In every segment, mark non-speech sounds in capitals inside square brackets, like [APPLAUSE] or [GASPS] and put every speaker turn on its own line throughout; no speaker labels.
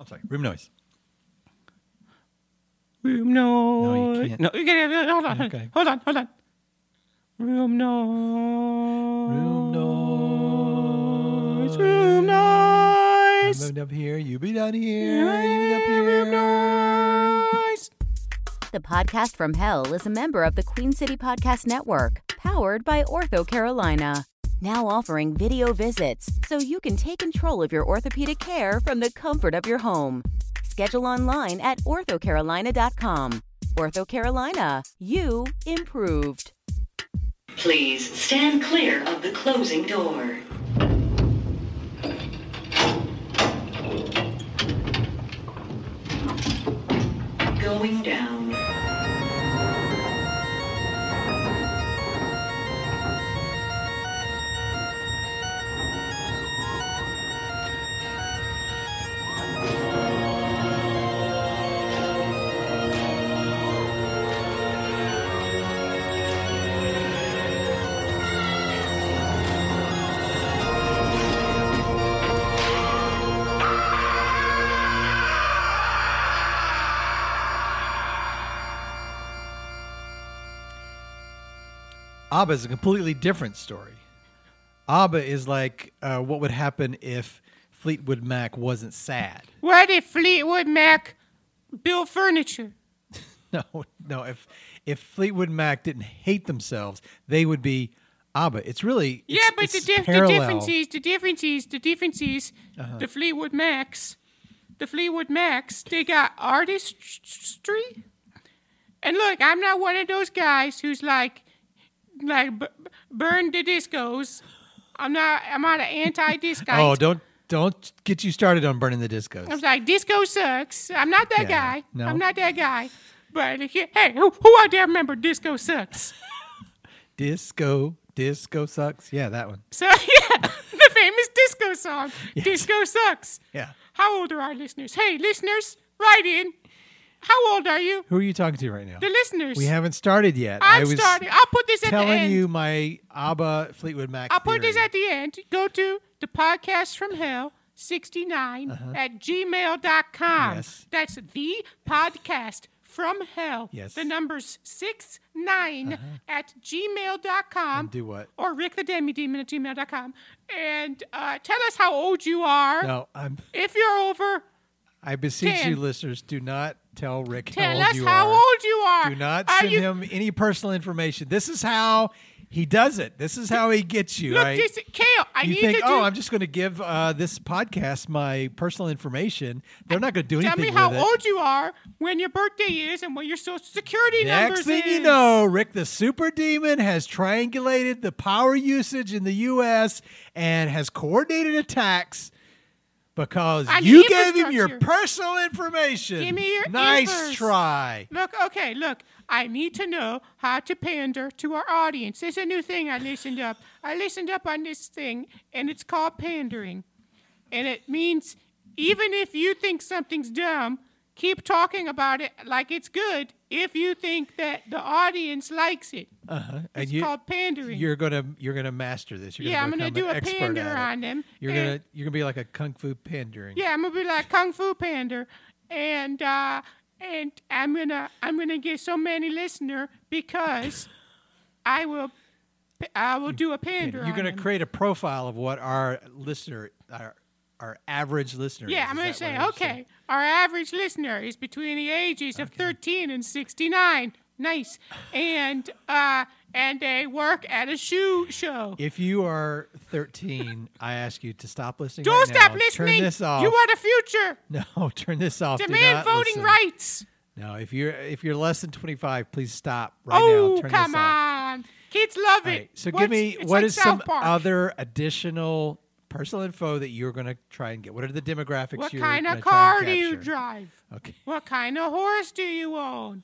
I'm sorry. Room noise.
Room noise.
No, you can't.
No, you can't. Hold on.
Okay.
Hold on. Hold on. Room noise.
Room noise.
Room
I
noise.
moved up here. You be down here. You be up
Room
here.
noise.
The Podcast from Hell is a member of the Queen City Podcast Network, powered by Ortho Carolina. Now offering video visits so you can take control of your orthopedic care from the comfort of your home. Schedule online at orthocarolina.com. Ortho Carolina, you improved.
Please stand clear of the closing door. Going down.
ABBA is a completely different story. ABBA is like uh, what would happen if Fleetwood Mac wasn't sad. [LAUGHS]
What if Fleetwood Mac built furniture?
No, no. If if Fleetwood Mac didn't hate themselves, they would be ABBA. It's really it's,
yeah, but the,
it's
diff- the
parallel. Uh-huh.
difference is the difference is the difference is the Fleetwood Macs, the Fleetwood Macs. They got artistry, and look, I'm not one of those guys who's like, like b- b- burn the discos. I'm not. I'm not an anti-disco.
Oh, don't don't get you started on burning the discos.
I'm like disco sucks. I'm not
Yeah,
that guy.
no.
I'm not that guy. But uh, hey, who, who out there remember disco sucks? [LAUGHS]
Disco, disco sucks. Yeah, that one.
So yeah, [LAUGHS] the famous disco song. Disco sucks.
Yeah.
How old are our listeners? Hey, listeners, write in. How old are you?
Who are you talking to right now?
The listeners.
We haven't started yet.
I'm
I was
starting. I'll put this at the
telling
end.
you my ABBA Fleetwood Mac.
I'll put this
theory.
at the end. Go to the podcast from hell 69 at gmail.com.
Uh-huh. Yes.
That's the podcast from hell.
Yes. Uh-huh.
The numbers 69 at gmail.com.
And do what?
Or Rick the Demi Demon at gmail.com. And uh, tell us how old you are.
No, I'm.
If you're over,
I beseech you,
Dan.
listeners, do not tell Rick
tell
how old
us
you
how
are.
old you are.
Do not
Are
send
you-
him any personal information. This is how he does it. This is how he gets you.
Look,
right?
this, Kale, I
you
need
think,
to do.
oh, I'm just going to give uh, this podcast my personal information. They're not going to do
tell
anything
me
with
how
it.
old you are, when your birthday is, and when your social security
Next
numbers
thing you
is.
know, Rick the Super Demon has triangulated the power usage in the U.S. and has coordinated attacks because
On
you
the
gave him your
infrastructure.
personal information.
Give me your
nice
infers.
try.
Look, okay, look. I need to know how to pander to our audience. It's a new thing I listened up. I listened up on this thing, and it's called pandering. And it means even if you think something's dumb, keep talking about it like it's good if you think that the audience likes it.
Uh-huh.
It's
And you,
called pandering.
you're gonna you're gonna master this. You're
yeah, I'm
gonna
going to
become
do
an
a
expert
pander
at it.
on them.
You're
and-
gonna you're gonna be like a kung fu pandering.
Yeah, I'm gonna be like Kung Fu Panda, and uh, and I'm gonna I'm gonna get so many listener because I will I will do a pander.
You're
on
gonna
him.
create a profile of what our listener, our our average listener.
Yeah,
is. Is
I'm gonna
that
say
what you're saying?
okay. Our average listener is between the ages of 13 and 69. Nice, and uh, and they work at a shoe show.
If you are 13, I ask you to stop listening.
Don't
right
stop
now.
listening.
Turn this off.
You are the future.
[LAUGHS] no, turn this off. Do not
Demand voting
listen.
rights.
No, if you're if you're less than 25, please stop right
oh,
now. Turn
come
this off.
on. Kids love
All
it.
right, so
What's-
give me
it's
what
like
is
South
some
Park.
other additional personal info that you're going to try and get? What are the demographics?
What
you're
kind
gonna
of
try
car
and
do you
capture?
drive?
Okay.
What kind of horse do you own?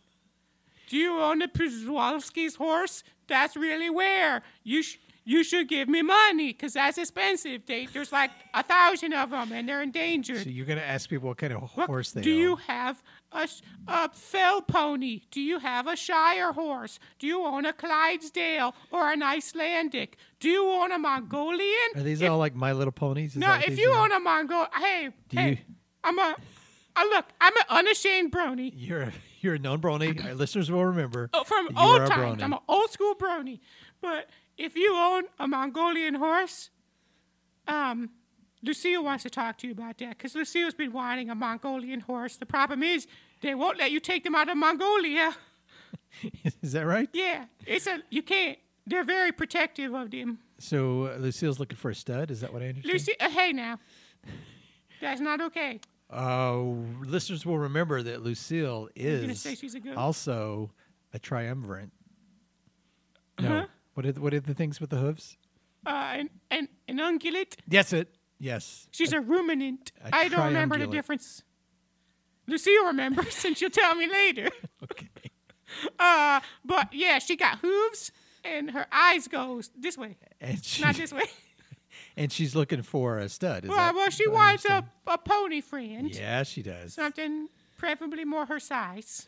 Do you own a Przewalski's horse? That's really rare. You sh- you should give me money because that's expensive. They, there's like a thousand of them and they're endangered.
So you're going to ask people what kind of
What-
horse they
do you
own.
have a, sh- a fell pony? Do you have a Shire horse? Do you own a Clydesdale or an Icelandic? Do you own a Mongolian?
Are these
If-
all like My Little Ponies? Is
no,
that what
if
these
you
are?
own a Mongol, hey,
Do
hey,
you-
I'm a Oh, look, I'm an unashamed brony.
[LAUGHS] You're a, you're a known brony. Our listeners will remember.
Oh, from
You're
old
a
times.
brony.
I'm an old school brony. But if you own a Mongolian horse, um, Lucille wants to talk to you about that because Lucille's been wanting a Mongolian horse. The problem is they won't let you take them out of Mongolia.
[LAUGHS]
[LAUGHS]
Is that right?
Yeah, it's a you can't. They're very protective of them.
So uh, Lucille's looking for a stud. Is that what I understand?
Lucy, uh, hey now, that's not okay.
Uh, listeners will remember that Lucille
gonna
is
say she's a goat?
also a triumvirate. No.
Uh-huh.
What are the, what are the things with the hooves?
Uh, an, an an ungulate.
Yes, it. Yes.
She's a ruminant.
a
I I don't remember the
triungulate.
difference. Lucille [LAUGHS] remembers, and she'll tell me later.
[LAUGHS] Okay.
Uh, but yeah, she got hooves, and her eyes goes this way,
And she, [LAUGHS]
not this way.
and she's looking for a stud. Is
well,
that
well, she
what I
wants a,
understand?
a pony friend,
Yeah, she does.
something preferably more her size.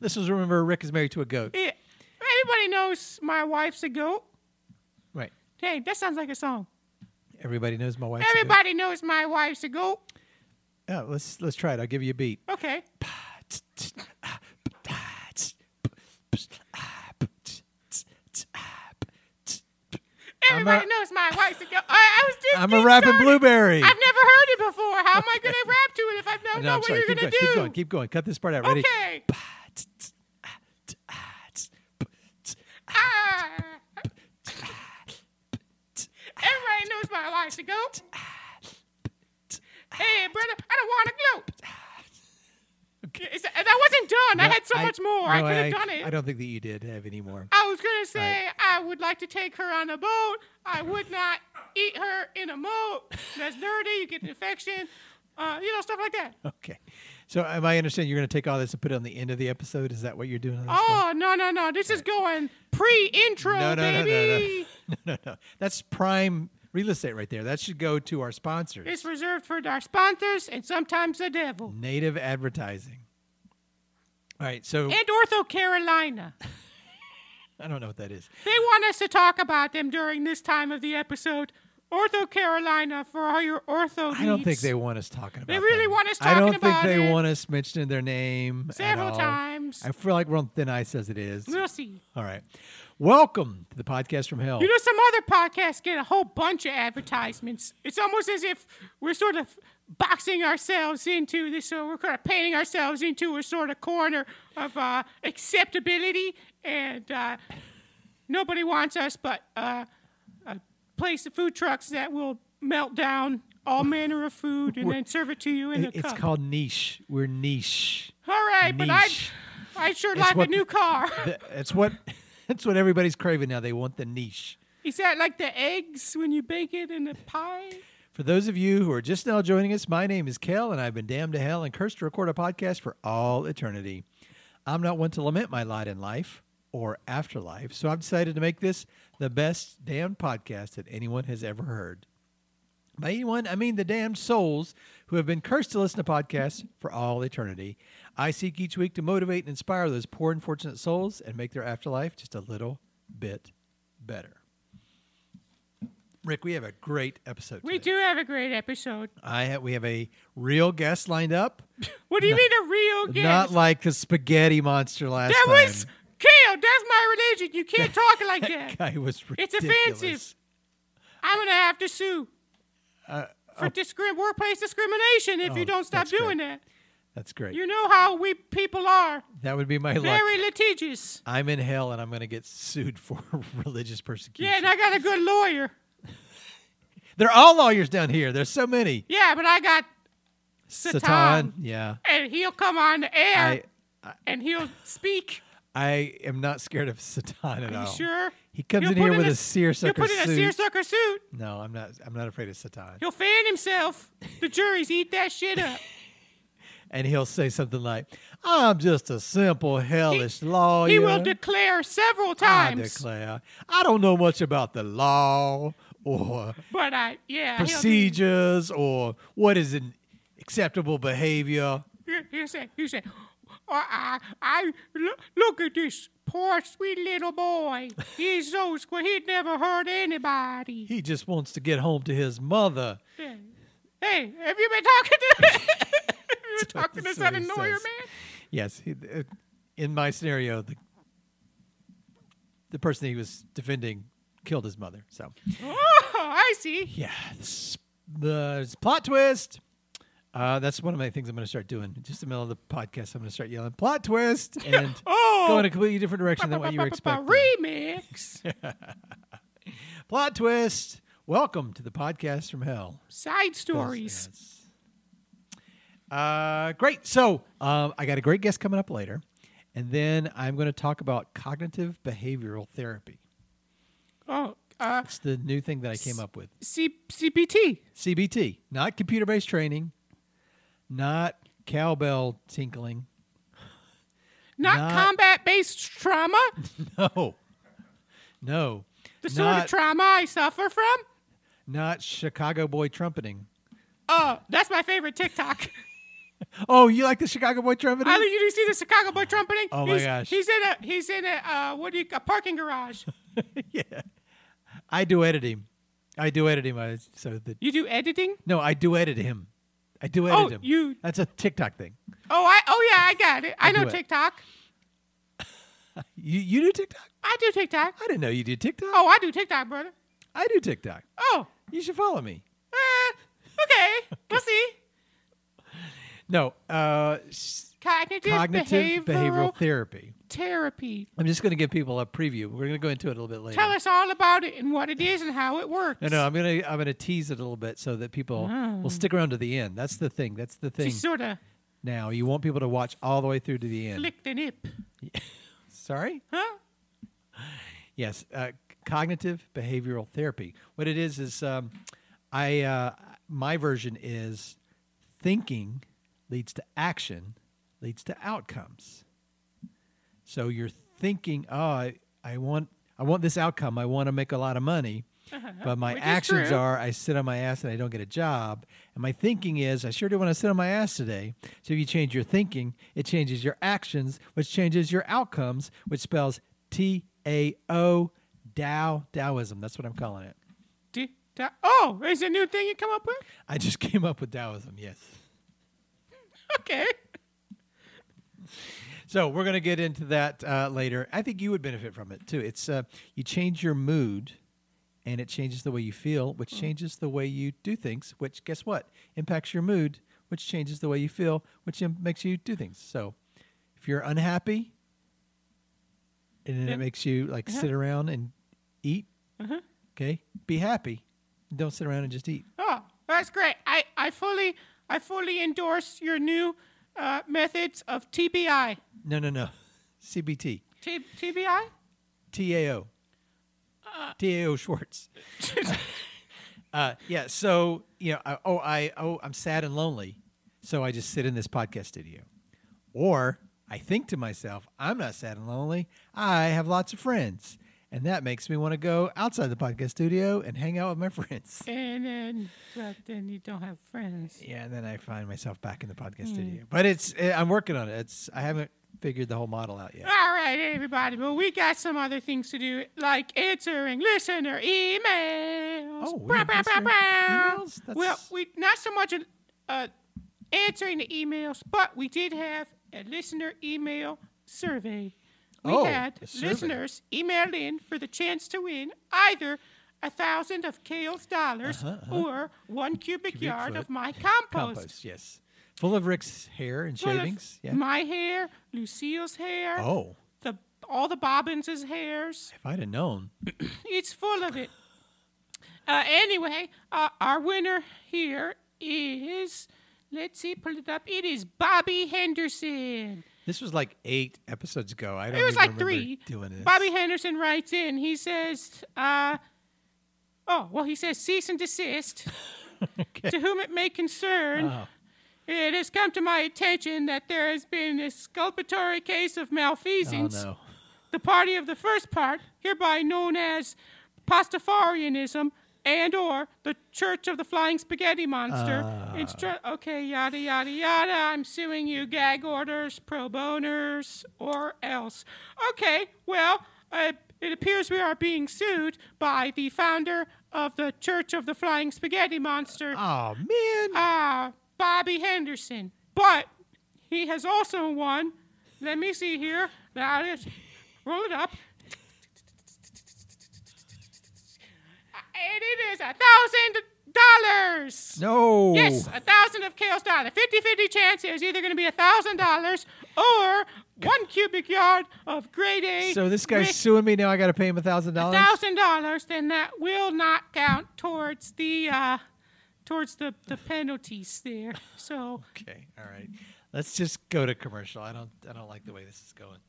Listeners will remember Rick is married to a goat.
Yeah. Anybody knows my wife's a goat?
Right.
Hey, that sounds like a song.
Everybody knows my wife.
Everybody knows my wife's a goat.
Yeah, let's let's try it. I'll give you a beat.
Okay.
ah, ah,
Everybody knows my wife's a goat. I, I was just.
I'm a
getting
rapping
started.
blueberry.
I've never heard it before. How am I going to rap to it if I don't
no,
know
I'm
what
sorry.
you're
keep going.
going to do?
Keep going. Keep going. Cut this part out. Ready?
Okay. Ah. Everybody knows my wife's a goat. Hey, brother, I don't want a goat. Is that, that wasn't done. I
No,
had so much more. I
no,
could have done it.
I don't think that you did have any more. [LAUGHS]
I was gonna say I would like to take her on a boat. I would not eat her in a moat. That's dirty. You get an infection. Uh, you know stuff like that.
Okay. So am I understanding you're going to take all this and put it on the end of the episode? Is that what you're doing? On this one?
Oh no no no! This is going pre-intro,
no, no, no, no, no,
baby.
[LAUGHS] no, no, no. That's prime real estate right there. That should go to our sponsors,
It's reserved for our sponsors and sometimes the devil
Native Advertising. All right. So
and Ortho Carolina.
I don't know what that is.
They want us to talk about them during this time of the episode. Ortho Carolina for all your ortho
I don't think
needs.
they want us talking about.
They really
them.
want us
I don't
talking about
think they
it.
want us mentioning their name at
Several
all.
times.
I feel like we're on thin ice as it is.
We'll see.
All right, welcome to the podcast from hell.
You know, some other podcasts get a whole bunch of advertisements. It's almost as if we're sort of boxing ourselves into this, or we're kind of painting ourselves into a sort of corner of uh, acceptability, and uh, nobody wants us but uh, a place of food trucks that will melt down all manner of food and then serve it to you in a
it's
cup.
called niche. We're niche.
all right, but I,
niche.
I sure
It's
like
what-
a new car. [LAUGHS]
Th- That's what. [LAUGHS] That's what everybody's craving now. They want the niche.
Is that like the eggs when you bake it in a pie?
For those of you who are just now joining us, my name is Kel, and I've been damned to hell and cursed to record a podcast for all eternity. I'm not one to lament my lot in life or afterlife, so I've decided to make this the best damned podcast that anyone has ever heard. By anyone, I mean the damned souls who have been cursed to listen to podcasts for all eternity. I seek each week to motivate and inspire those poor, unfortunate souls and make their afterlife just a little bit better. Rick, we have a great episode.
We
today.
do have a great episode.
I ha- we have a real guest lined
[LAUGHS]
up,
What do you mean a real guest?
not like the spaghetti monster last
that
time.
was Kale. That's my religion.
[LAUGHS]
You can't talk like that.
guy was
It's
ridiculous.
offensive. I'm gonna have to sue for discrim- workplace discrimination if
Uh, Oh,
you don't stop
that's great.
doing that.
That's great.
You know how we people are.
that would be my luck.
Very litigious.
I'm in hell and I'm going to get sued for [LAUGHS] religious persecution.
Yeah, and I got a good lawyer.
They're all lawyers down here. There's so many.
Yeah, but I got, Satan.
Yeah.
and he'll come on the air
I
and he'll speak.
I am not scared of Satan at
Are you
all.
sure?
He comes
He'll
in
put
here with a
s-
seersucker
He'll put in
suit.
a seersucker suit.
No, I'm not. I'm not afraid of Satan.
He'll fan himself. The juries eat that shit up.
And he'll say something like, "I'm just a simple hellish lawyer."
He will declare several
I
times.
declare. I don't know much about the law or
But I, yeah. he'll be-
procedures or what is an acceptable behavior.
Here- He'll say, he'll say, "Oh, I, I, look, look at this poor sweet little boy. He's so square. He'd never hurt anybody.
He just wants to get home to his mother. [LAUGHS]
Hey, have you been talking to [LAUGHS] talking to
That's
that
what he
annoyer
says.
man?
Yes, he, uh, in my scenario, the the person he was defending killed his mother. So
Oh, I see.
yeah, s- the it's a plot twist. Uh, that's one of my things I'm going to start doing. Just in the middle of the podcast, I'm going to start yelling plot
[LAUGHS]
twist and
Oh.
go in a completely different direction than what you were expecting.
Remix.
[LAUGHS] Plot twist. Welcome to the podcast from hell.
Side stories.
Uh, great. So um, I got a great guest coming up later, and then I'm going to talk about cognitive behavioral therapy.
Oh, uh,
It's the new thing that I came up with.
C- CPT.
CBT, not computer-based training, not cowbell tinkling. [LAUGHS]
Not,
Not-
combat based trauma.
No, no,
The sort
not
of trauma I suffer from.
not Chicago boy trumpeting.
Oh, that's my favorite
[LAUGHS]
TikTok.
Oh, you like the Chicago boy trumpeting?
I think you see the Chicago boy trumpeting.
Oh my
he's,
gosh.
He's in a he's in a uh, what do you a parking garage.
I duetted him. I duetted him. I, so the
You do editing?
no, I duetted him. I duetted
Oh,
him.
you-
That's a TikTok thing.
Oh, I oh yeah, I got it. I,
I
know
do it.
TikTok.
You you do TikTok?
I do TikTok.
I didn't know you did TikTok.
Oh, I do TikTok, brother.
I do TikTok.
Oh,
You should follow me.
uh, okay. We'll see.
No, uh, s-
Cognitive,
cognitive
behavioral,
behavioral therapy.
therapy.
I'm just going to give people a preview. We're going to go into it a little bit later.
Tell us all about it and what it is and how it works.
No, no, I'm going to I'm going to tease it a little bit so that people
Oh.
will stick around to the end. That's the thing. That's the thing.
She sort of
now you want people to watch all the way through to the end.
flicked the nip.
Sorry.
Huh?
Yes, uh, cognitive behavioral therapy. What it is is, um, I uh, my version is thinking leads to action, leads to outcomes. So you're thinking, oh, I, I want I want this outcome. I want to make a lot of money, but my
Uh-huh. Which is
actions
true.
are I sit on my ass and I don't get a job. And my thinking is I sure do want to sit on my ass today. So if you change your thinking, it changes your actions, which changes your outcomes, which spells T A O Tao Taoism. That's what I'm calling it.
D- da- oh, is a new thing you come up with? [LAUGHS]
I just [LAUGHS] came up with Taoism. Yes.
Okay.
So we're going to get into that uh, later. I think you would benefit from it too. It's uh, you change your mood, and it changes the way you feel, which changes the way you do things. Which guess what impacts your mood, which changes the way you feel, which im- makes you do things. So if you're unhappy, and then
Yeah.
it makes you like sit around and eat. Okay, be happy. Don't sit around and just eat.
Oh, that's great. I, I fully I fully endorse your new uh, methods of TBI.
No, no, [LAUGHS] no. CBT,
T- TBI?
TAO,
Uh.
TAO
[LAUGHS]
Schwartz. Uh, yeah. So you know, I, oh, I oh, I'm sad and lonely, so I just sit in this podcast studio, or I think to myself, I'm not sad and lonely. I have lots of friends, and that makes me want to go outside the podcast studio and hang out with my friends.
and then, but then you don't have friends.
Yeah, and then I find myself back in the
Hmm.
podcast studio. But it's eh, I'm working on it. It's I haven't figured the whole model out yet.
All right, everybody. Well, we got some other things to do, like answering listener emails.
Oh, we
Brah,
have
brah, brah,
listener
brah.
emails? That's-
Well, we not so much uh, answering the emails, but we did have a listener email survey. We
Oh,
had
a survey.
listeners email in for the chance to win either a thousand of Kale's dollars or one cubic, yard
Uh-huh, foot.
of my
Compost, yes. Full of Rick's hair and
full of
shavings. yeah.
My hair, Lucille's hair.
Oh,
The all the Bobbins' hairs.
if I'd have known.
It's full of it. Uh, anyway, uh, our winner here is let's see, pull it up. It is Bobby Henderson.
This was like eight episodes ago. I don't.
It was
even
like
remember
three.
doing this.
Bobby Henderson writes in. He says, uh, "Oh, well, he says cease
[LAUGHS]
and desist." To whom it may
Oh,
concern,
Uh-huh.
it has come to my attention that there has been a sculpatory case of
Oh
malfeasance.
no.
the party of the first part, hereby known as Pastafarianism and or the Church of the Flying Spaghetti Monster. Instru- okay, yada, yada, yada. I'm suing you, gag orders, pro boners, or else. Okay, well, uh, it appears we are being sued by the founder of the Church of the Flying Spaghetti Monster,
Oh man.
uh, Bobby Ah, Henderson. But He has also won. Let me see here. Now let's roll it up. And it is a thousand dollars.
No.
Yes, a thousand of Kale's dollar. 50 50 chance is either going to be a thousand dollars or one cubic yard of grade A.
So this guy's suing me now. I got to pay him a thousand dollars.
thousand dollars, then that will not count towards the uh, towards the, the penalties there. So
Okay. All right. Let's just go to commercial. I don't. I don't like the way this is going.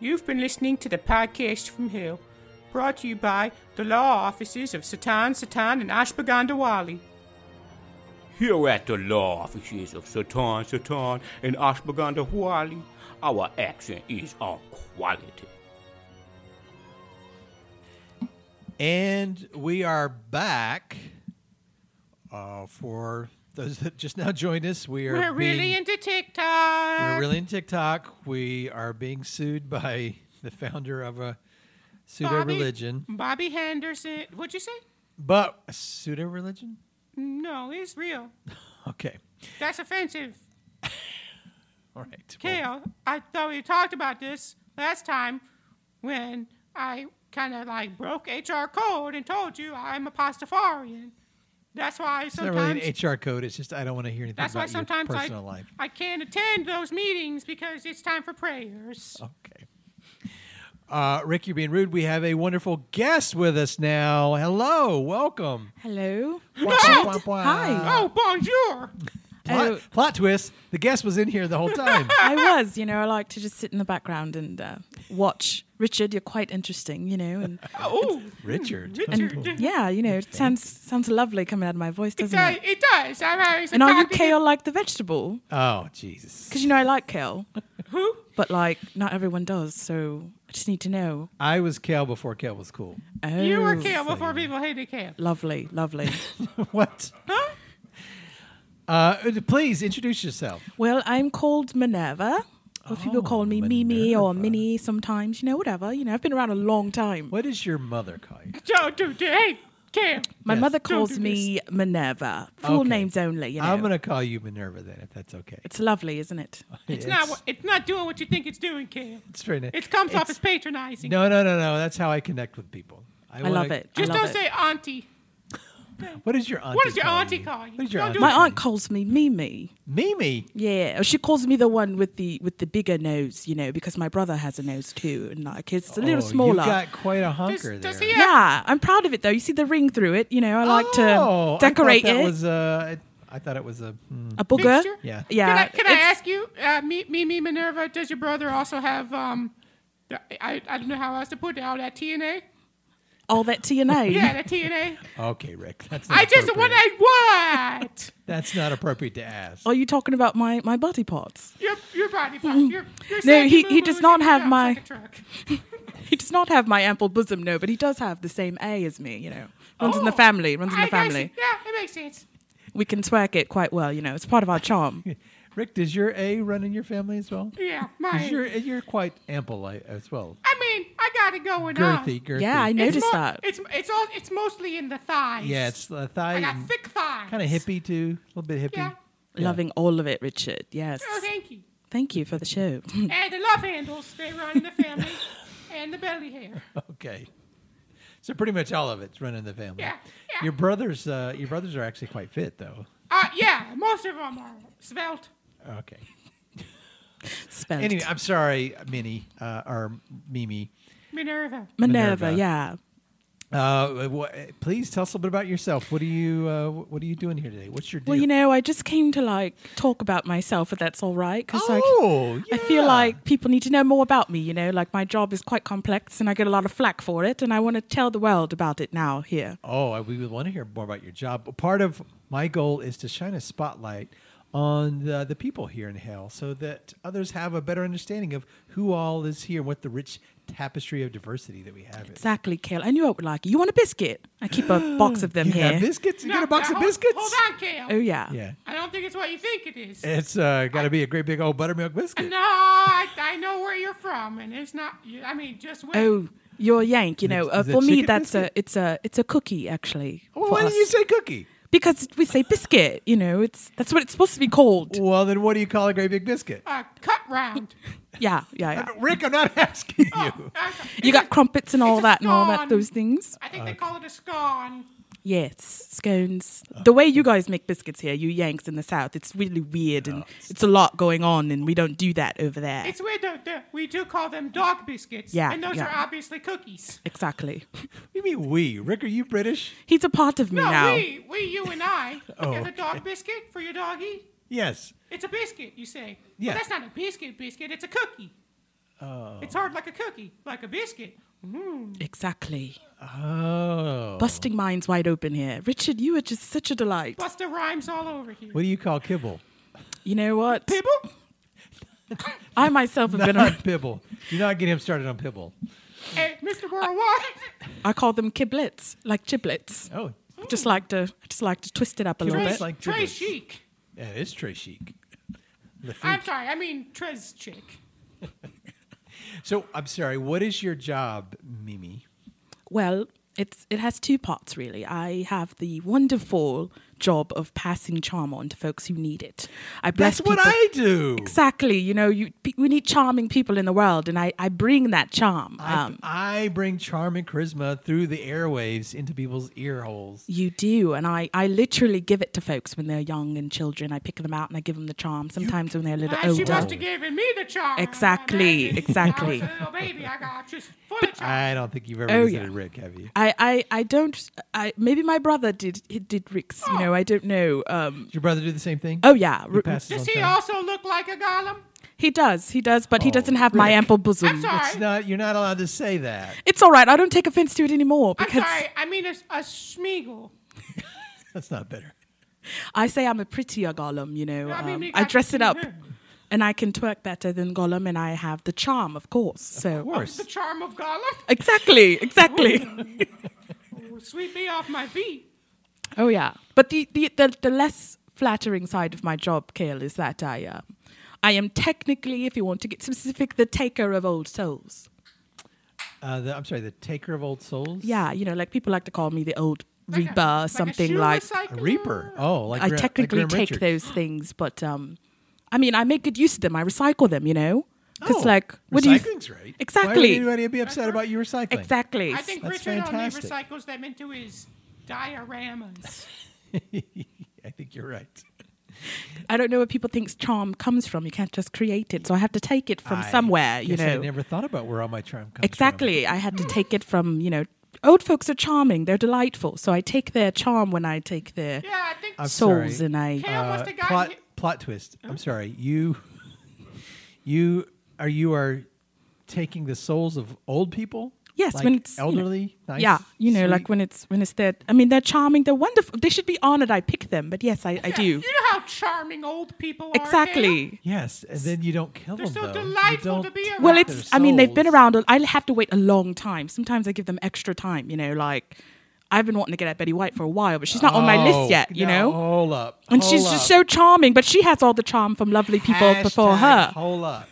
you've been listening to the podcast from Hill, brought to you by the law offices of Satan, Satan, and Ashbagandawali.
Here at the law offices of Satan Satan and Ashbaganda Wali, our accent is on quality.
And we are back. Uh, for those that just now joined us, we are
We're really
being-
into TikTok.
we're really in TikTok. We are being sued by the founder of a pseudo
Bobby-
religion,
Bobby Henderson. What'd you say?
but a pseudo religion.
No, it's real.
Okay.
That's offensive.
All right. Well,
Kale, I thought we talked about this last time when I kind of like broke HR code and told you I'm a pastafarian. That's why
it's not
sometimes.
really an HR code. It's just I don't want to hear anything
that's
about
why sometimes
your
I,
personal life.
I can't attend those meetings because it's time for prayers.
Okay. Uh, Rick, you're being rude. We have a wonderful guest with us now. Hello, welcome.
Hello.
Wah, wah, wah.
Hi.
oh,
[LAUGHS]
bonjour!
Plot,
Oh.
plot twist. The guest was in here the whole
[LAUGHS]
time.
I was, you know, I like to just sit in the background and uh, watch. Richard, you're quite interesting, you know, and,
Oh,
Richard.
and [LAUGHS] yeah, you know, it sounds sounds lovely coming out of my voice,
it
doesn't
does.
it?
It does. I'm having some
And are you
cognitive-
kale like the vegetable?
Oh, Jesus.
Because you know I like kale,
Who?
but like not everyone does, so I just need to know.
I was Kel before Kel was cool. [LAUGHS]
Oh,
You were kale before people hated kale.
Lovely, lovely.
what?
Huh?
Uh, please introduce yourself.
well, I'm called Minerva. Or people call me Mimi or
Minerva.
Minnie sometimes, you know, whatever. You know, I've been around a long time.
What does your mother call you?
Don't do that. Hey, kale.
My
Yes.
mother
Don't
calls
do
me Minerva. Full
Okay.
names only, you know.
I'm going to call you Minerva then, if that's okay.
It's lovely, isn't it?
[LAUGHS]
It's not. what- It's not doing what you think it's doing, kale.
It's very nice.
It comes off
It's-
as patronizing.
No, no, no, no. That's how I connect with people. I, wanna-
love it.
Just
I love
don't
it.
say auntie.
What is your auntie?
does your
call
auntie
you?
call you?
What is your
Don't do
auntie?
My
Okay.
aunt calls me Mimi.
Mimi.
Yeah, Oh, she calls me the one with the with the bigger nose, you know, because my brother has a nose too, and like his it's a little
Oh,
smaller.
You got quite a
Does,
honker
does
there.
he have?
yeah, I'm proud of it though. You see the ring through it, you know. I like
Oh,
to decorate
I thought
it.
That was a, I thought it was a. hmm.
a booger.
Fixture?
Yeah.
yeah.
Can I, can I ask you, uh, Mi- Mimi Minerva? Does your brother also have? Um, the- I, I don't know how else to put it. All that TNA.
all that to your
[LAUGHS]
name?
Yeah, that
[LAUGHS]
TNA.
Okay, Rick. That's not
I just
appropriate.
what I what.
That's not appropriate to ask.
Are you talking about my my body parts?
Your your body part. Your, your
Mm-hmm. No,
saggy
he- he
boo-boo
does
is
not
your
have
jumps
my-
like a truck.
He does not have my ample bosom, no, but he does have the same A as me, you know. Runs in the
Oh.
family. Runs in
I-
the
I see.
family.
Yeah, it makes sense.
We can twerk it quite well, you know. It's part of our
[LAUGHS]
charm.
Rick, does your A run in your family as well?
Yeah,
'Cause You're
my.
you're quite ample like, as well.
I mean, I got it going on.
Girthy, girthy.
Yeah, I noticed
it's mo-
that.
It's it's all it's mostly in the thighs.
Yeah, it's the thigh.
I got thick thighs.
Kind of hippie too, a little bit hippie.
Yeah.
Loving all of it, Richard. Yes.
Oh, thank you.
Thank you for the show. [LAUGHS]
And the love handles they run in the
[LAUGHS]
family, and the belly hair.
Okay. So pretty much all of it's running in the family.
Yeah, yeah.
Your brothers, uh, your brothers are actually quite fit though.
Uh, yeah, most of them are svelte.
Okay.
Spelt.
Anyway, I'm sorry, Minnie uh, or Mimi.
Minerva.
Minerva,
Minerva.
yeah.
Uh, wha- please tell us a little bit about yourself. What are you uh, What are you doing here today? What's your deal?
Well, you know, I just came to like talk about myself, if that's all right. Because
Oh,
I feel
yeah.
like people need to know more about me, you know, like my job is quite complex and I get a lot of flack for it. And I want to tell the world about it now here.
Oh, I- we would want to hear more about your job. But Part of my goal is to shine a spotlight on the, the people here in Hale so that others have a better understanding of who all is here, what the rich tapestry of diversity that we have. is.
Exactly, Kale. I knew I would like it. You want a biscuit? I
[GASPS]
keep a box of them
You
here.
got biscuits? You
No,
got a box of
now hold-
biscuits?
Hold on, Kale.
Oh, yeah.
Yeah.
I don't think it's what you think it is.
It's uh, got to be a great big old buttermilk biscuit.
no, I, I know where you're from, and it's not. you- I mean, just wait.
Oh, you're a Yank, you
Is
know.
it-
Uh,
is it
for me,
chicken
that's
biscuit?
a it's a it's a cookie actually.
Well,
for
why did you
us.
say cookie?
because we say biscuit. You know, it's that's what it's supposed to be called.
Well, then what do you call a great big biscuit?
A cut round.
Yeah, yeah, yeah.
Uh,
Rick, I'm not [LAUGHS] asking
oh.
you.
You got crumpets and all
a
that and all that
scone.
those things.
I
Uh,
think they call it a scone.
Yes, scones. The way you guys make biscuits here, you Yanks in the South, it's really weird and it's a lot going on, and we don't do that over there.
It's weird though. that We do call them dog biscuits.
Yeah,
And those
yeah.
are obviously cookies.
exactly. [LAUGHS]
you mean we? Rick, are you British?
He's a part of me
No,
now.
we, we, you
[LAUGHS]
and I.
Oh,
you have a dog biscuit for your doggy.
Yes.
It's a biscuit, you say.
Yeah.
But that's not a biscuit, biscuit. It's a cookie. Oh. It's hard like a cookie, like a biscuit.
Exactly.
Oh.
Busting minds wide open here. Richard, you are just such a delight.
Busta rhymes all over here.
What do you call kibble?
You know what?
Pibble?
I myself have [LAUGHS] been around.
Not pibble. Do not get him started on pibble.
Hey, Mr. Worldwide.
[LAUGHS]
I call them kiblets, like giblets.
Oh,
Just like to, I just like to twist it up a little
Kiblets
Trey,
bit.
like
Trey
giblets.
Chic.
that is Trey chic. The freak.
I'm sorry, I mean Trez Chick.
So I'm sorry. What is your job, Mimi?
Well, it's it has two parts really. I have the wonderful job of passing charm on to folks who need it. I bless
That's what
people-
I do.
Exactly. You know, you pe- we need charming people in the world, and I, I bring that charm.
I-
Um,
I, bring charm and charisma through the airwaves into people's ear holes.
you do, and I, I literally give it to folks when they're young and children. I pick them out and I give them the charm. Sometimes when they're a little
oh,
Ah, she
older.
must have given me the charm.
Exactly,
I- I-
[LAUGHS] exactly.
I was a little baby. I got just full of charm.
I don't think you've ever
Oh,
visited
yeah.
Rick, have you?
I, I, I don't I maybe my brother did he did Rick's you
Oh.
know I don't know um,
Did your brother do the same thing?
oh yeah Ri-
Passes
Does
on
he
time.
also look like a golem?
he does he does
Oh,
but he doesn't have my ample bosom
I'm sorry.
It's not. You're not allowed to say that.
It's all right. I don't take offense to it anymore
I'm
because
sorry. I mean a, a Smeagol.
That's not better.
I say I'm a prettier Gollum, you know.
I
Um,
mean, you
I
got
dress it up
prettier.
and I can twerk better than Gollum and I have the charm, of course. So
[LAUGHS]
Of course.
The charm of Gollum?
Exactly, exactly.
[LAUGHS] Will Sweep me off my feet.
oh yeah. But the, the, the, the less flattering side of my job, Kale, is that I uh, I am technically, if you want to get specific, the taker of old souls.
Uh, the, I'm sorry. The taker of old souls.
Yeah, you know, like people like to call me the old
Like a-
reaper or
like a
something
shoeless
like
A
cycler.
reaper. Oh, like
I
Grim- like
technically
Grim
take
Richards.
those things, but um, I mean, I make good use of them. I recycle them, you know. Because
Oh,
like, what
recycling's
do you?
right. Why would
Exactly.
anybody be upset about you recycling?
Exactly.
I think
That's
Richard
fantastic.
only recycles them into his dioramas.
[LAUGHS] I think you're right.
I don't know where people think charm comes from. You can't just create it, so I have to take it from
I
somewhere. You
guess
know.
I never thought about where all my charm comes from.
exactly. I had to take it from you know. Old folks are charming. They're delightful. So I take their charm when I take their
yeah, I think
I'm
souls,
sorry.
and I. uh,
Kale must have gotten
Uh, plot
hit-
plot twist. I'm sorry. You you are you are taking the souls of old people?
Yes,
Like
when it's you know-
elderly, nice,
yeah, you know, like
sweet-
when it's when it's their. I mean, they're charming. They're wonderful. They should be honored. I pick them, but yes, I, I
Yeah,
do.
You know how charming old people are. Dana?
Exactly.
Yes, and then you don't kill
They're
them.
so
though. You
delightful to
don't
be
take
around.
Well,
their
it's. I mean, they've been
souls.
around. I have to wait a long time. Sometimes I give them extra time. You know, like I've been wanting to get at Betty White for a while, but she's not on my
Oh,
list yet. You
now,
know,
hold up.
and she's
hold
just
up.
so charming. But she has all the charm from lovely people before
Hashtag
her.
Hold up.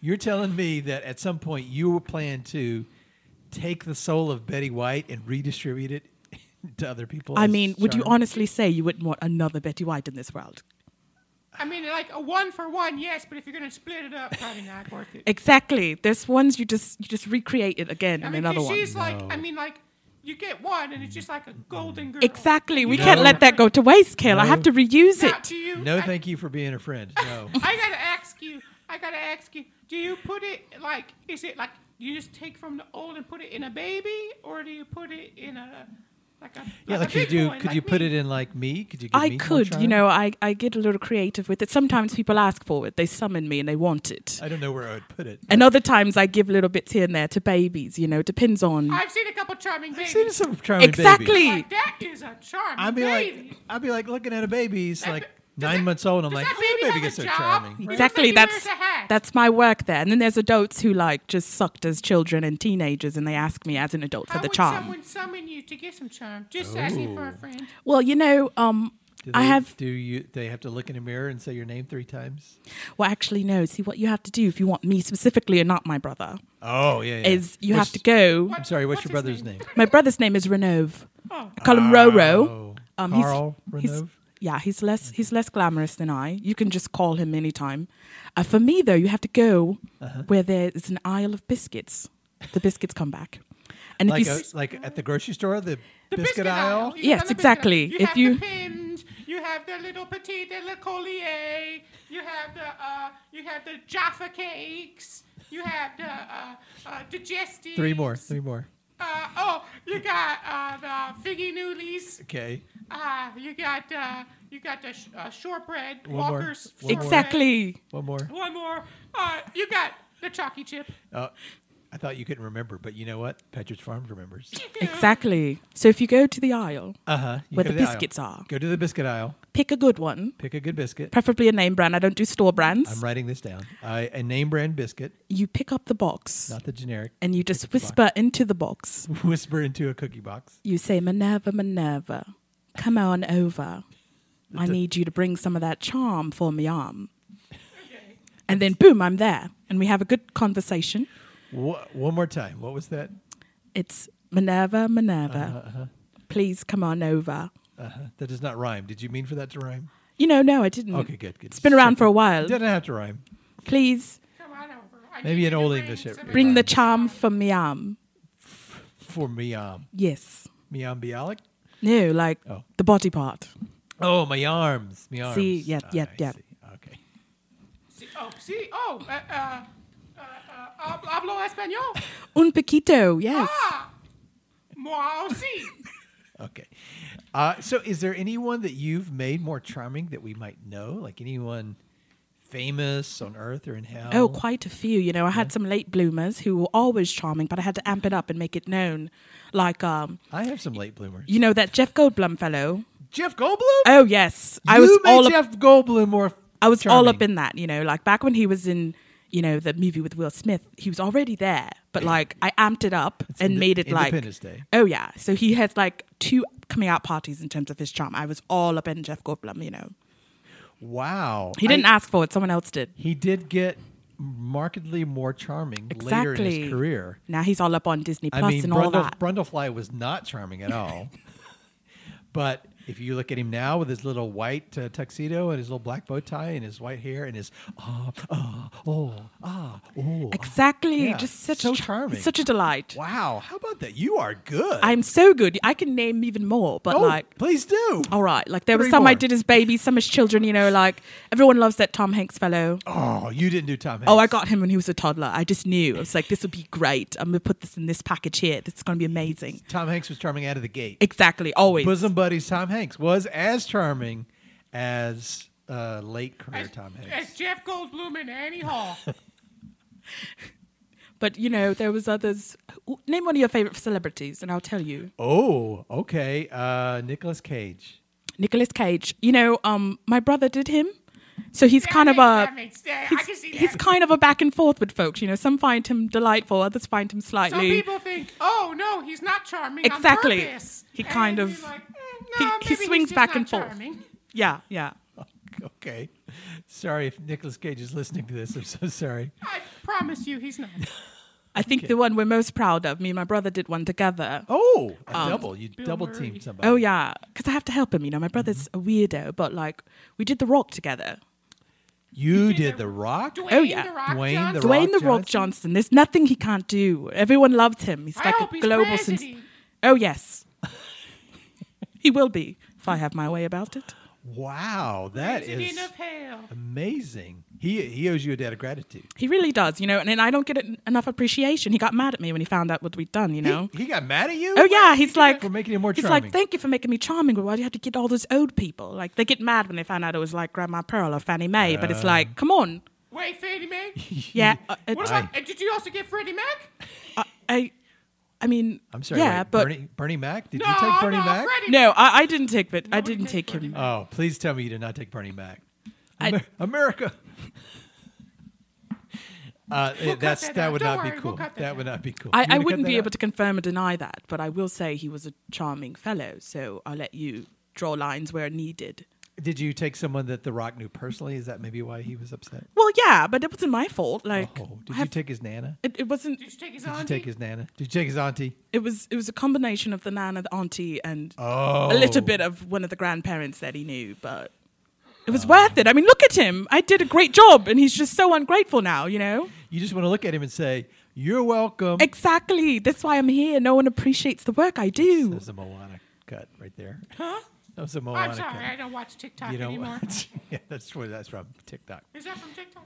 You're telling me that at some point you were planning to take the soul of Betty White and redistribute it [LAUGHS] to other people.
I
as
mean, would you
charm?
honestly say you wouldn't want another Betty White in this world?
I mean, like a one for one, yes, but if you're going to split it up, probably not worth it.
Exactly. There's ones you just you just recreate it again
I
and
mean, 'cause
another one.
she's like, I mean, like, you get one and it's just like a golden girl.
Exactly. We can't let that go to waste, Kale. I have to reuse
Now,
it.
do [LAUGHS] you,
No,
I,
thank you for being a friend.
[LAUGHS]
No.
I got to ask you, I got to ask you, do you put it like, is it like you just take from the old and put it in a baby, or do you put it in a, like a,
Yeah,
like
like
a
you
big
do.
one,
Could
like
you put
me?
it in like me? Could you? Give
I
me more
could, you
charm?
know, I, I get a little creative with it. Sometimes people ask for it, they summon me and they want it.
I don't know where I would put it.
And other times I give little bits here and there to babies, you know, depends on.
I've seen a couple charming
I've seen
babies.
some charming
exactly.
babies.
Like, that is a charming
I'd be
baby.
like, I'd be like looking at a baby. It's like
ba- does
nine
that-
months old. I'm
does
like,
that
oh,
baby
baby
have a
gets their
job?
charming.
Right.
Exactly.
It looks like he
That's
wears a hat.
that's my work there. And then there's adults who like just sucked as children and teenagers and they ask me as an adult
How
for the
would
charm.
someone summon you to get some charm? Just asking for a friend.
Well, you know, um
Do
I
they-
have
Do you? They have to look in a mirror and say your name three times.
well actually no, see what you have to do if you want me specifically and not my brother
Oh yeah. yeah.
is you have
What's-
to go
I'm sorry. What's, your
What's his
brother's name?
name?
Oh.
My brother's name is Renove. I call him Roro. Um,
Carl
he's, he's
Renove?
yeah, he's less he's less glamorous than I. You can just call him anytime. Uh, for me though, you have to go
Uh-huh.
where there is an aisle of biscuits. The biscuits come back, and
Like
if you
a,
s-
like at the grocery store, the,
The
biscuit, aisle.
You
Yes,
go on the biscuit
exactly.
aisle. You
If
have
you-
the pins, you have the little petit de la collier, you have the uh, you have the Jaffa cakes, you have the uh, uh, digestives.
Three more, three more.
Uh, oh, you got uh, the figgy noodlies.
Okay,
Uh, you got uh, you got the sh- uh, shortbread
One more.
Walker's.
One more.
exactly.
one more.
shortbread. One more. Uh, you got the chalky chip.
Oh, I thought you couldn't remember, but you know what? Patrick's Farms
[LAUGHS]
remembers.
Exactly. So if you go to the aisle,
Uh huh.
Where the biscuits are.
Go to the biscuit aisle.
pick a good one,
Pick a good biscuit.
preferably a name brand. I don't do store brands.
I'm writing this down. I, a name brand biscuit,
You pick up the box
not the generic.
and you just whisper into the box.
[LAUGHS] Whisper into a cookie box.
You say, Minerva, Minerva, come on over. I need you to bring some of that charm for me arm. And then boom, I'm there. And we have a good conversation.
Wha- one more time. What was that?
It's Minerva, Minerva, please come on over.
Uh-huh. That does not rhyme. Did you mean for that to rhyme?
You know, no, I didn't.
Okay, good, good.
It's been around for a
It
while.
doesn't have to rhyme.
Please
Come on over. I
Maybe
need
in
you to
Old
bring
English it
some-
bring the charm for me arm.
For Miam.
Yes.
Miam Bialik?
No, like
Oh.
the body part.
Oh, my arms. My arms.
See, yep,
Ah,
yep,
I
yep.
see. Okay.
See- Oh, see, oh, uh, uh, uh, uh, hablo español.
Un poquito, yes.
Ah, moi aussi.
Okay. Uh, so, is there anyone that you've made more charming that we might know? Like anyone famous on earth or in hell?
Oh, quite a few. You know, I had some late bloomers who were always charming, but I had to amp it up and make it known. Like, um,
I have some late bloomers.
you know, that Jeff Goldblum fellow.
Jeff Goldblum?
Oh yes, I
you
was
made
all up,
Jeff Goldblum more.
I was all up
charming.
in that. You know, like back when he was in, you know, the movie with Will Smith. He was already there, but like I amped it up and
Inde-
made it like
Independence Day.
Oh yeah, so he has like two coming out parties in terms of his charm. I was all up in Jeff Goldblum. You know,
Wow.
he
I-
didn't ask for it; someone else did.
he did get markedly more charming later in
Exactly.
his career.
Now he's all up on Disney
I
Plus
mean,
and all
Brundle,
that.
Brundlefly was not charming at
[LAUGHS]
all. but if you look at him now with his little white uh, tuxedo and his little black bow tie and his white hair and his ah ah oh ah oh. ah.
Exactly.
Yeah,
Just such
so
a, char-
charming.
Such a delight.
Wow, how about that? You are good.
I'm so good. I can name even more, but
oh,
like,
please do.
all right, like there were
Three
some I
more.
did as babies, some as children. You know, like everyone loves that Tom Hanks fellow.
Oh, you didn't do Tom Hanks.
Oh, I got him when he was a toddler. I just knew. I was like, this will be great. I'm gonna put this in this package here. This is gonna be amazing.
Tom Hanks was charming out of the gate.
Exactly. Always.
bosom buddies Tom Hanks was as charming as uh, late career Tom
It's
Hanks.
Jeff Goldblum and Annie Hall.
But you know, there was others. Ooh, Name one of your favorite celebrities, and I'll tell you.
Oh, okay. Uh, Nicholas Cage.
Nicolas Cage. You know, um, my brother did him, so he's kind of
That
a.
makes- that makes- I can
He's,
see
he's
that.
kind of a back and forth with folks. You know, some find him delightful, others find him
Some
slightly.
people think, oh no, he's not charming. on
Exactly.
purpose."
He
And
kind
you're
of-
like, "Mm,
he-
no,
he
maybe he's
swings
just
back
not
and forth.
charming."
yeah, yeah.
[LAUGHS] Okay. Sorry if Nicholas Cage is listening to this. I'm so sorry.
I promise you,
[LAUGHS]
he's not.
I think the one we're most proud of. Me and my brother did one together.
Oh,
Oh,
a double. You double
Murray.
teamed somebody.
yeah, because I have to help him. You know, my brother's
Mm-hmm.
a weirdo, but like we did The Rock together.
You did The Rock?
Dwayne
Oh, yeah.
the Rock
Dwayne the
Johnson.
Rock
Dwayne The Rock Johnson. There's nothing he can't do. Everyone loved him. He's
I
like
hope
a
he's
global.
president.
oh yes, [LAUGHS] he will be if I have my way about it.
Wow, that is
President of hell.
amazing. He he owes you a debt of gratitude.
He really does, you know, and, and I don't get en- enough appreciation. He got mad at me when he found out what we'd done, you know.
He, he got mad at you? [LAUGHS]
oh yeah, he's like
for making him more
He's
charming.
like, thank you for making me charming, but why do you have to get all those old people? Like they get mad when they find out it was like Grandma Pearl or Fannie Mae, but it's
Uh.
like, come on,
Wait, Freddie Mac.
[LAUGHS] yeah. uh,
What
it's-
about? and Did you also get Freddie Mac?
I, I mean,
I'm sorry.
yeah,
wait,
but
Bernie, Bernie Mac? Did you
No,
take Bernie
no,
Mac?
Freddie
no, I, I didn't take, but I
Nobody
didn't
takes
take
Bernie
him.
Oh, please tell me you did not take Bernie Mac.
I-
Amer-
[LAUGHS]
America. Uh, that's
that
that,
out.
would
Don't
not
worry,
be
we'll
cool.
cut that
that
out.
would not be cool.
I, I wouldn't be able to confirm or deny that, but I will say he was a charming fellow. So I'll let you draw lines where needed.
Did you take someone that The Rock knew personally? Is that maybe why he was upset?
Well, yeah, but it wasn't my fault. Like,
Oh, did
I have-
you take his nana?
it, it wasn't.
Did you take his
Did you
auntie?
take his nana? Did you take his auntie?
It was. It was a combination of the nana, the auntie, and
Oh,
a little bit of one of the grandparents that he knew. But it was worth it. I mean, look at him. I did a great job, and he's just so ungrateful now. You know.
You just want to look at him and say, "You're welcome."
Exactly. That's why I'm here. No one appreciates the work I do.
That's a Moana cut right there.
Huh?
That was a Moana
I'm sorry, I
cut.
don't watch TikTok
you don't
anymore.
watch- [LAUGHS] yeah, that's where that's from. TikTok. [LAUGHS]
Is that from TikTok?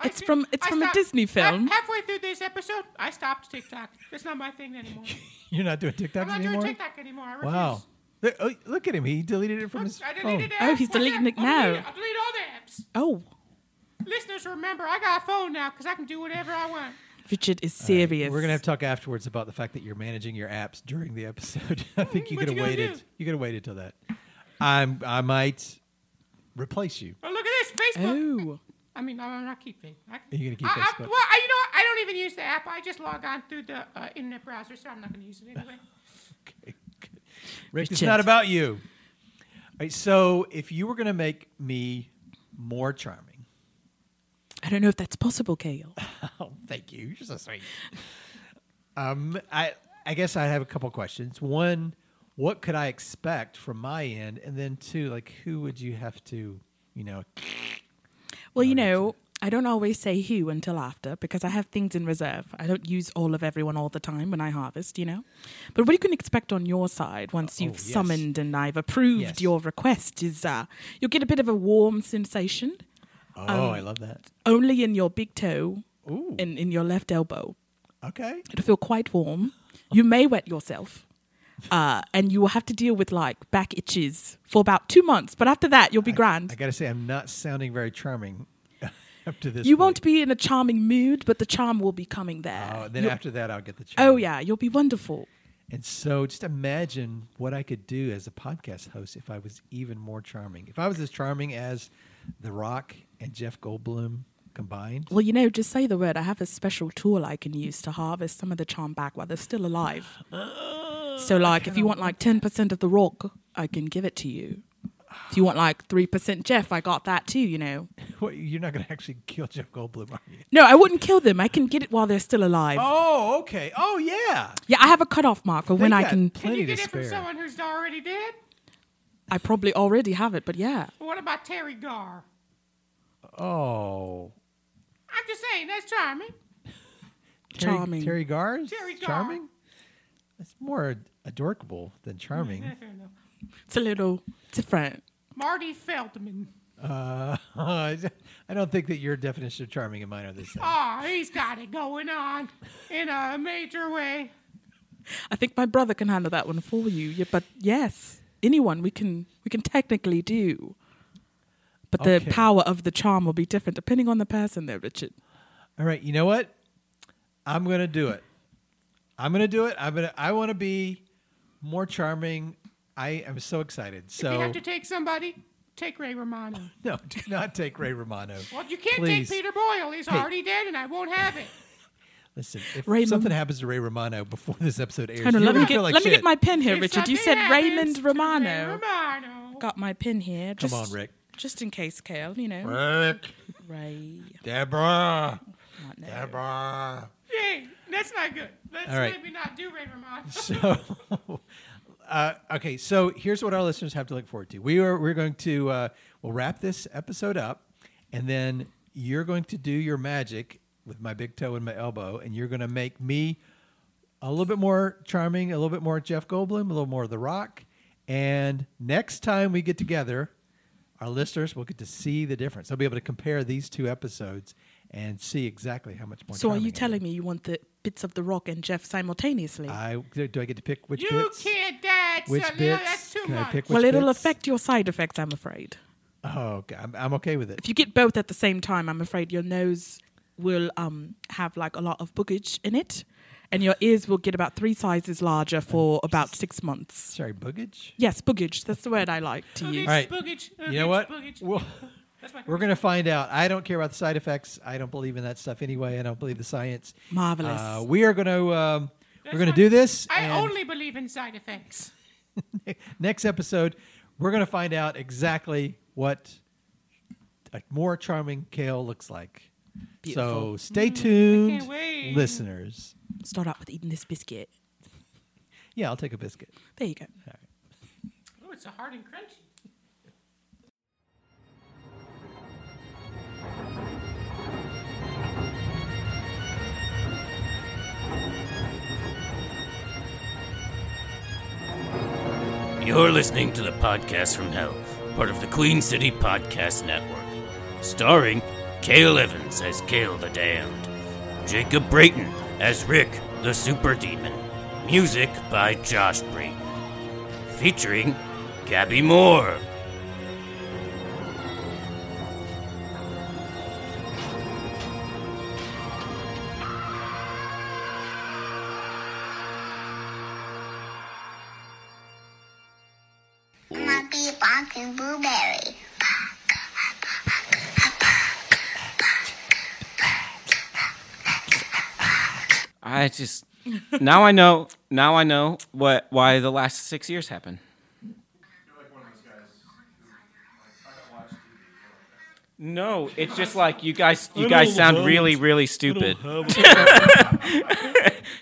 I
It's
fe-
from- it's
I
from a Disney film.
Half, halfway through this episode, I stopped TikTok. That's not my thing anymore.
You're not doing TikToks
I'm not
anymore.
doing TikTok anymore. I refuse.
Wow. Look, oh, look at him. He deleted it from
Look,
his
I
phone.
deleted the
Oh,
apps.
he's
What's
deleting
that?
it
I'll
now.
delete it. I'll delete all the apps.
Oh,
Listeners, remember, I got a phone now because I can do whatever I want.
Richard is serious.
We're gonna have to talk afterwards about the fact that you're managing your apps during the episode. [LAUGHS] I think you
What
could have
you gonna
waited.
do?
You could have waited till that. I'm. I might replace you.
Oh, look at this Facebook.
Oh,
I mean, I'm not keeping. I,
you gonna keep
I, I,
Facebook?
well, I, you know, what? I don't even use the app. I just log on through the uh, internet browser, so I'm not going to use it anyway.
Okay, good. Rick, it's
Richard.
not about you. All right, so if you were going to make me more charming,
I don't know if that's possible, Kale.
[LAUGHS] oh, thank you. You're so sweet. um, I I guess I have a couple questions. One, what could I expect from my end, and then two, like who would you have to, you know,
Well, you know, I don't always say who until after because I have things in reserve. I don't use all of everyone all the time when I harvest, you know. But what you can expect on your side once you've
Oh, yes.
summoned and I've approved
Yes.
your request is uh, you'll get a bit of a warm sensation
oh, I love that.
only in your big toe
Ooh.
and in your left elbow.
Okay.
It'll feel quite warm. You may wet yourself. Uh, and you will have to deal with like back itches for about two months. But after that, you'll be grand.
I got to say, I'm not sounding very charming [LAUGHS] up to this.
you
point.
won't be in a charming mood, but the charm will be coming there.
Oh, then
You'll-
after that, I'll get the charm.
oh yeah, you'll be wonderful.
And so just imagine what I could do as a podcast host if I was even more charming. If I was as charming as The Rock and Jeff Goldblum combined.
Well, you know, just say the word. I have a special tool I can use to harvest some of the charm back while they're still alive. So, like, if you want like ten percent of the rock, I can give it to you. If you want like three percent Jeff, I got that too. You know.
What, you're not going to actually kill Jeff Goldblum, are you?
No, I wouldn't kill them. I can get it while they're still alive.
Oh, okay. Oh, yeah.
Yeah, I have a cutoff mark for when
They
I
got
can.
Can
plenty
you get
to
it from
spare.
someone who's already dead?
I probably already have it, but yeah.
But what about Terry Garr?
Oh,
I'm just saying, that's charming.
Terry,
Charming.
Terry Garr. is
Terry Garr.
Charming. That's more adorable than [LAUGHS] charming.
Fair enough.
It's a little different.
Marty Feldman.
Uh, I don't think that your definition of charming and mine are the same.
Oh, he's got it going on in a major way.
I think my brother can handle that one for you. Yeah, but yes, anyone we can we can technically do. But the
Okay.
power of the charm will be different depending on the person there, Richard.
All right, you know what? I'm gonna do it. I'm gonna do it. I'm gonna. I want to be more charming. I am so excited.
If you
So
have to take somebody, take Ray Romano.
[LAUGHS] no, do not take Ray Romano.
Well, you can't
Please.
take Peter Boyle. He's
Hey.
already dead, and I won't have it.
Listen, if
Raymond.
something happens to Ray Romano before this episode airs,
Hold on,
you're
let me
gonna
get
feel like
let me
shit.
get my pen here,
If
Richard. You
something
said
happens
Raymond
to Ray
Romano.
Romano.
Got my pen here. Just,
on, Rick.
Just in case, Kale. You know,
Rick,
Ray.
Deborah,
Not know.
Deborah.
Hey, that's not good. Let's
All right.
maybe not do Ray Romano.
So, [LAUGHS] uh, okay. So here's what our listeners have to look forward to. We are we're going to uh, we'll wrap this episode up, and then you're going to do your magic with my big toe and my elbow, and you're going to make me a little bit more charming, a little bit more Jeff Goldblum, a little more The Rock. And next time we get together, our listeners will get to see the difference. They'll be able to compare these two episodes and see exactly how much more.
So are
charming I
you
am.
telling me you want the bits of the rock and Jeff simultaneously?
I do I get to pick which
you
bits?
can't dance.
Which
uh, no,
bits?
That's too
Can I
much.
pick
well,
which
it'll
bits?
affect your side effects, I'm afraid.
Oh, okay. I'm, I'm okay with it.
if you get both at the same time, I'm afraid your nose will um, have like a lot of boogage in it, and your ears will get about three sizes larger for about six months.
Sorry, boogage.
Yes, boogage. That's the word I like to use.
Boogage,
right.
boogage,
You know
boogage,
what?
boogage.
We'll,
uh, That's my
we're going to find out. I don't care about the side effects. I don't believe in that stuff anyway. I don't believe the science.
Marvelous.
Uh, we are going to um, we're
That's
going to
my-
do this.
I
and [LAUGHS]
only believe in side effects.
next episode, we're going to find out exactly what a more charming kale looks like. So
Beautiful.
stay tuned,
Mm, can't wait.
listeners.
Start out with eating this biscuit.
Yeah, I'll take a biscuit.
There you go.
Oh, it's a hard and crunchy.
You're listening to the podcast from hell, part of the Queen City Podcast Network, starring Cale Evans as Cale the Damned, Jacob Brayton as Rick the Super Demon, music by Josh Brayton, featuring Gabby Moore.
I'm a bebop and blueberry.
I just now I know now I know what why the last six years happened. No, it's just like you guys. You guys sound really, really stupid.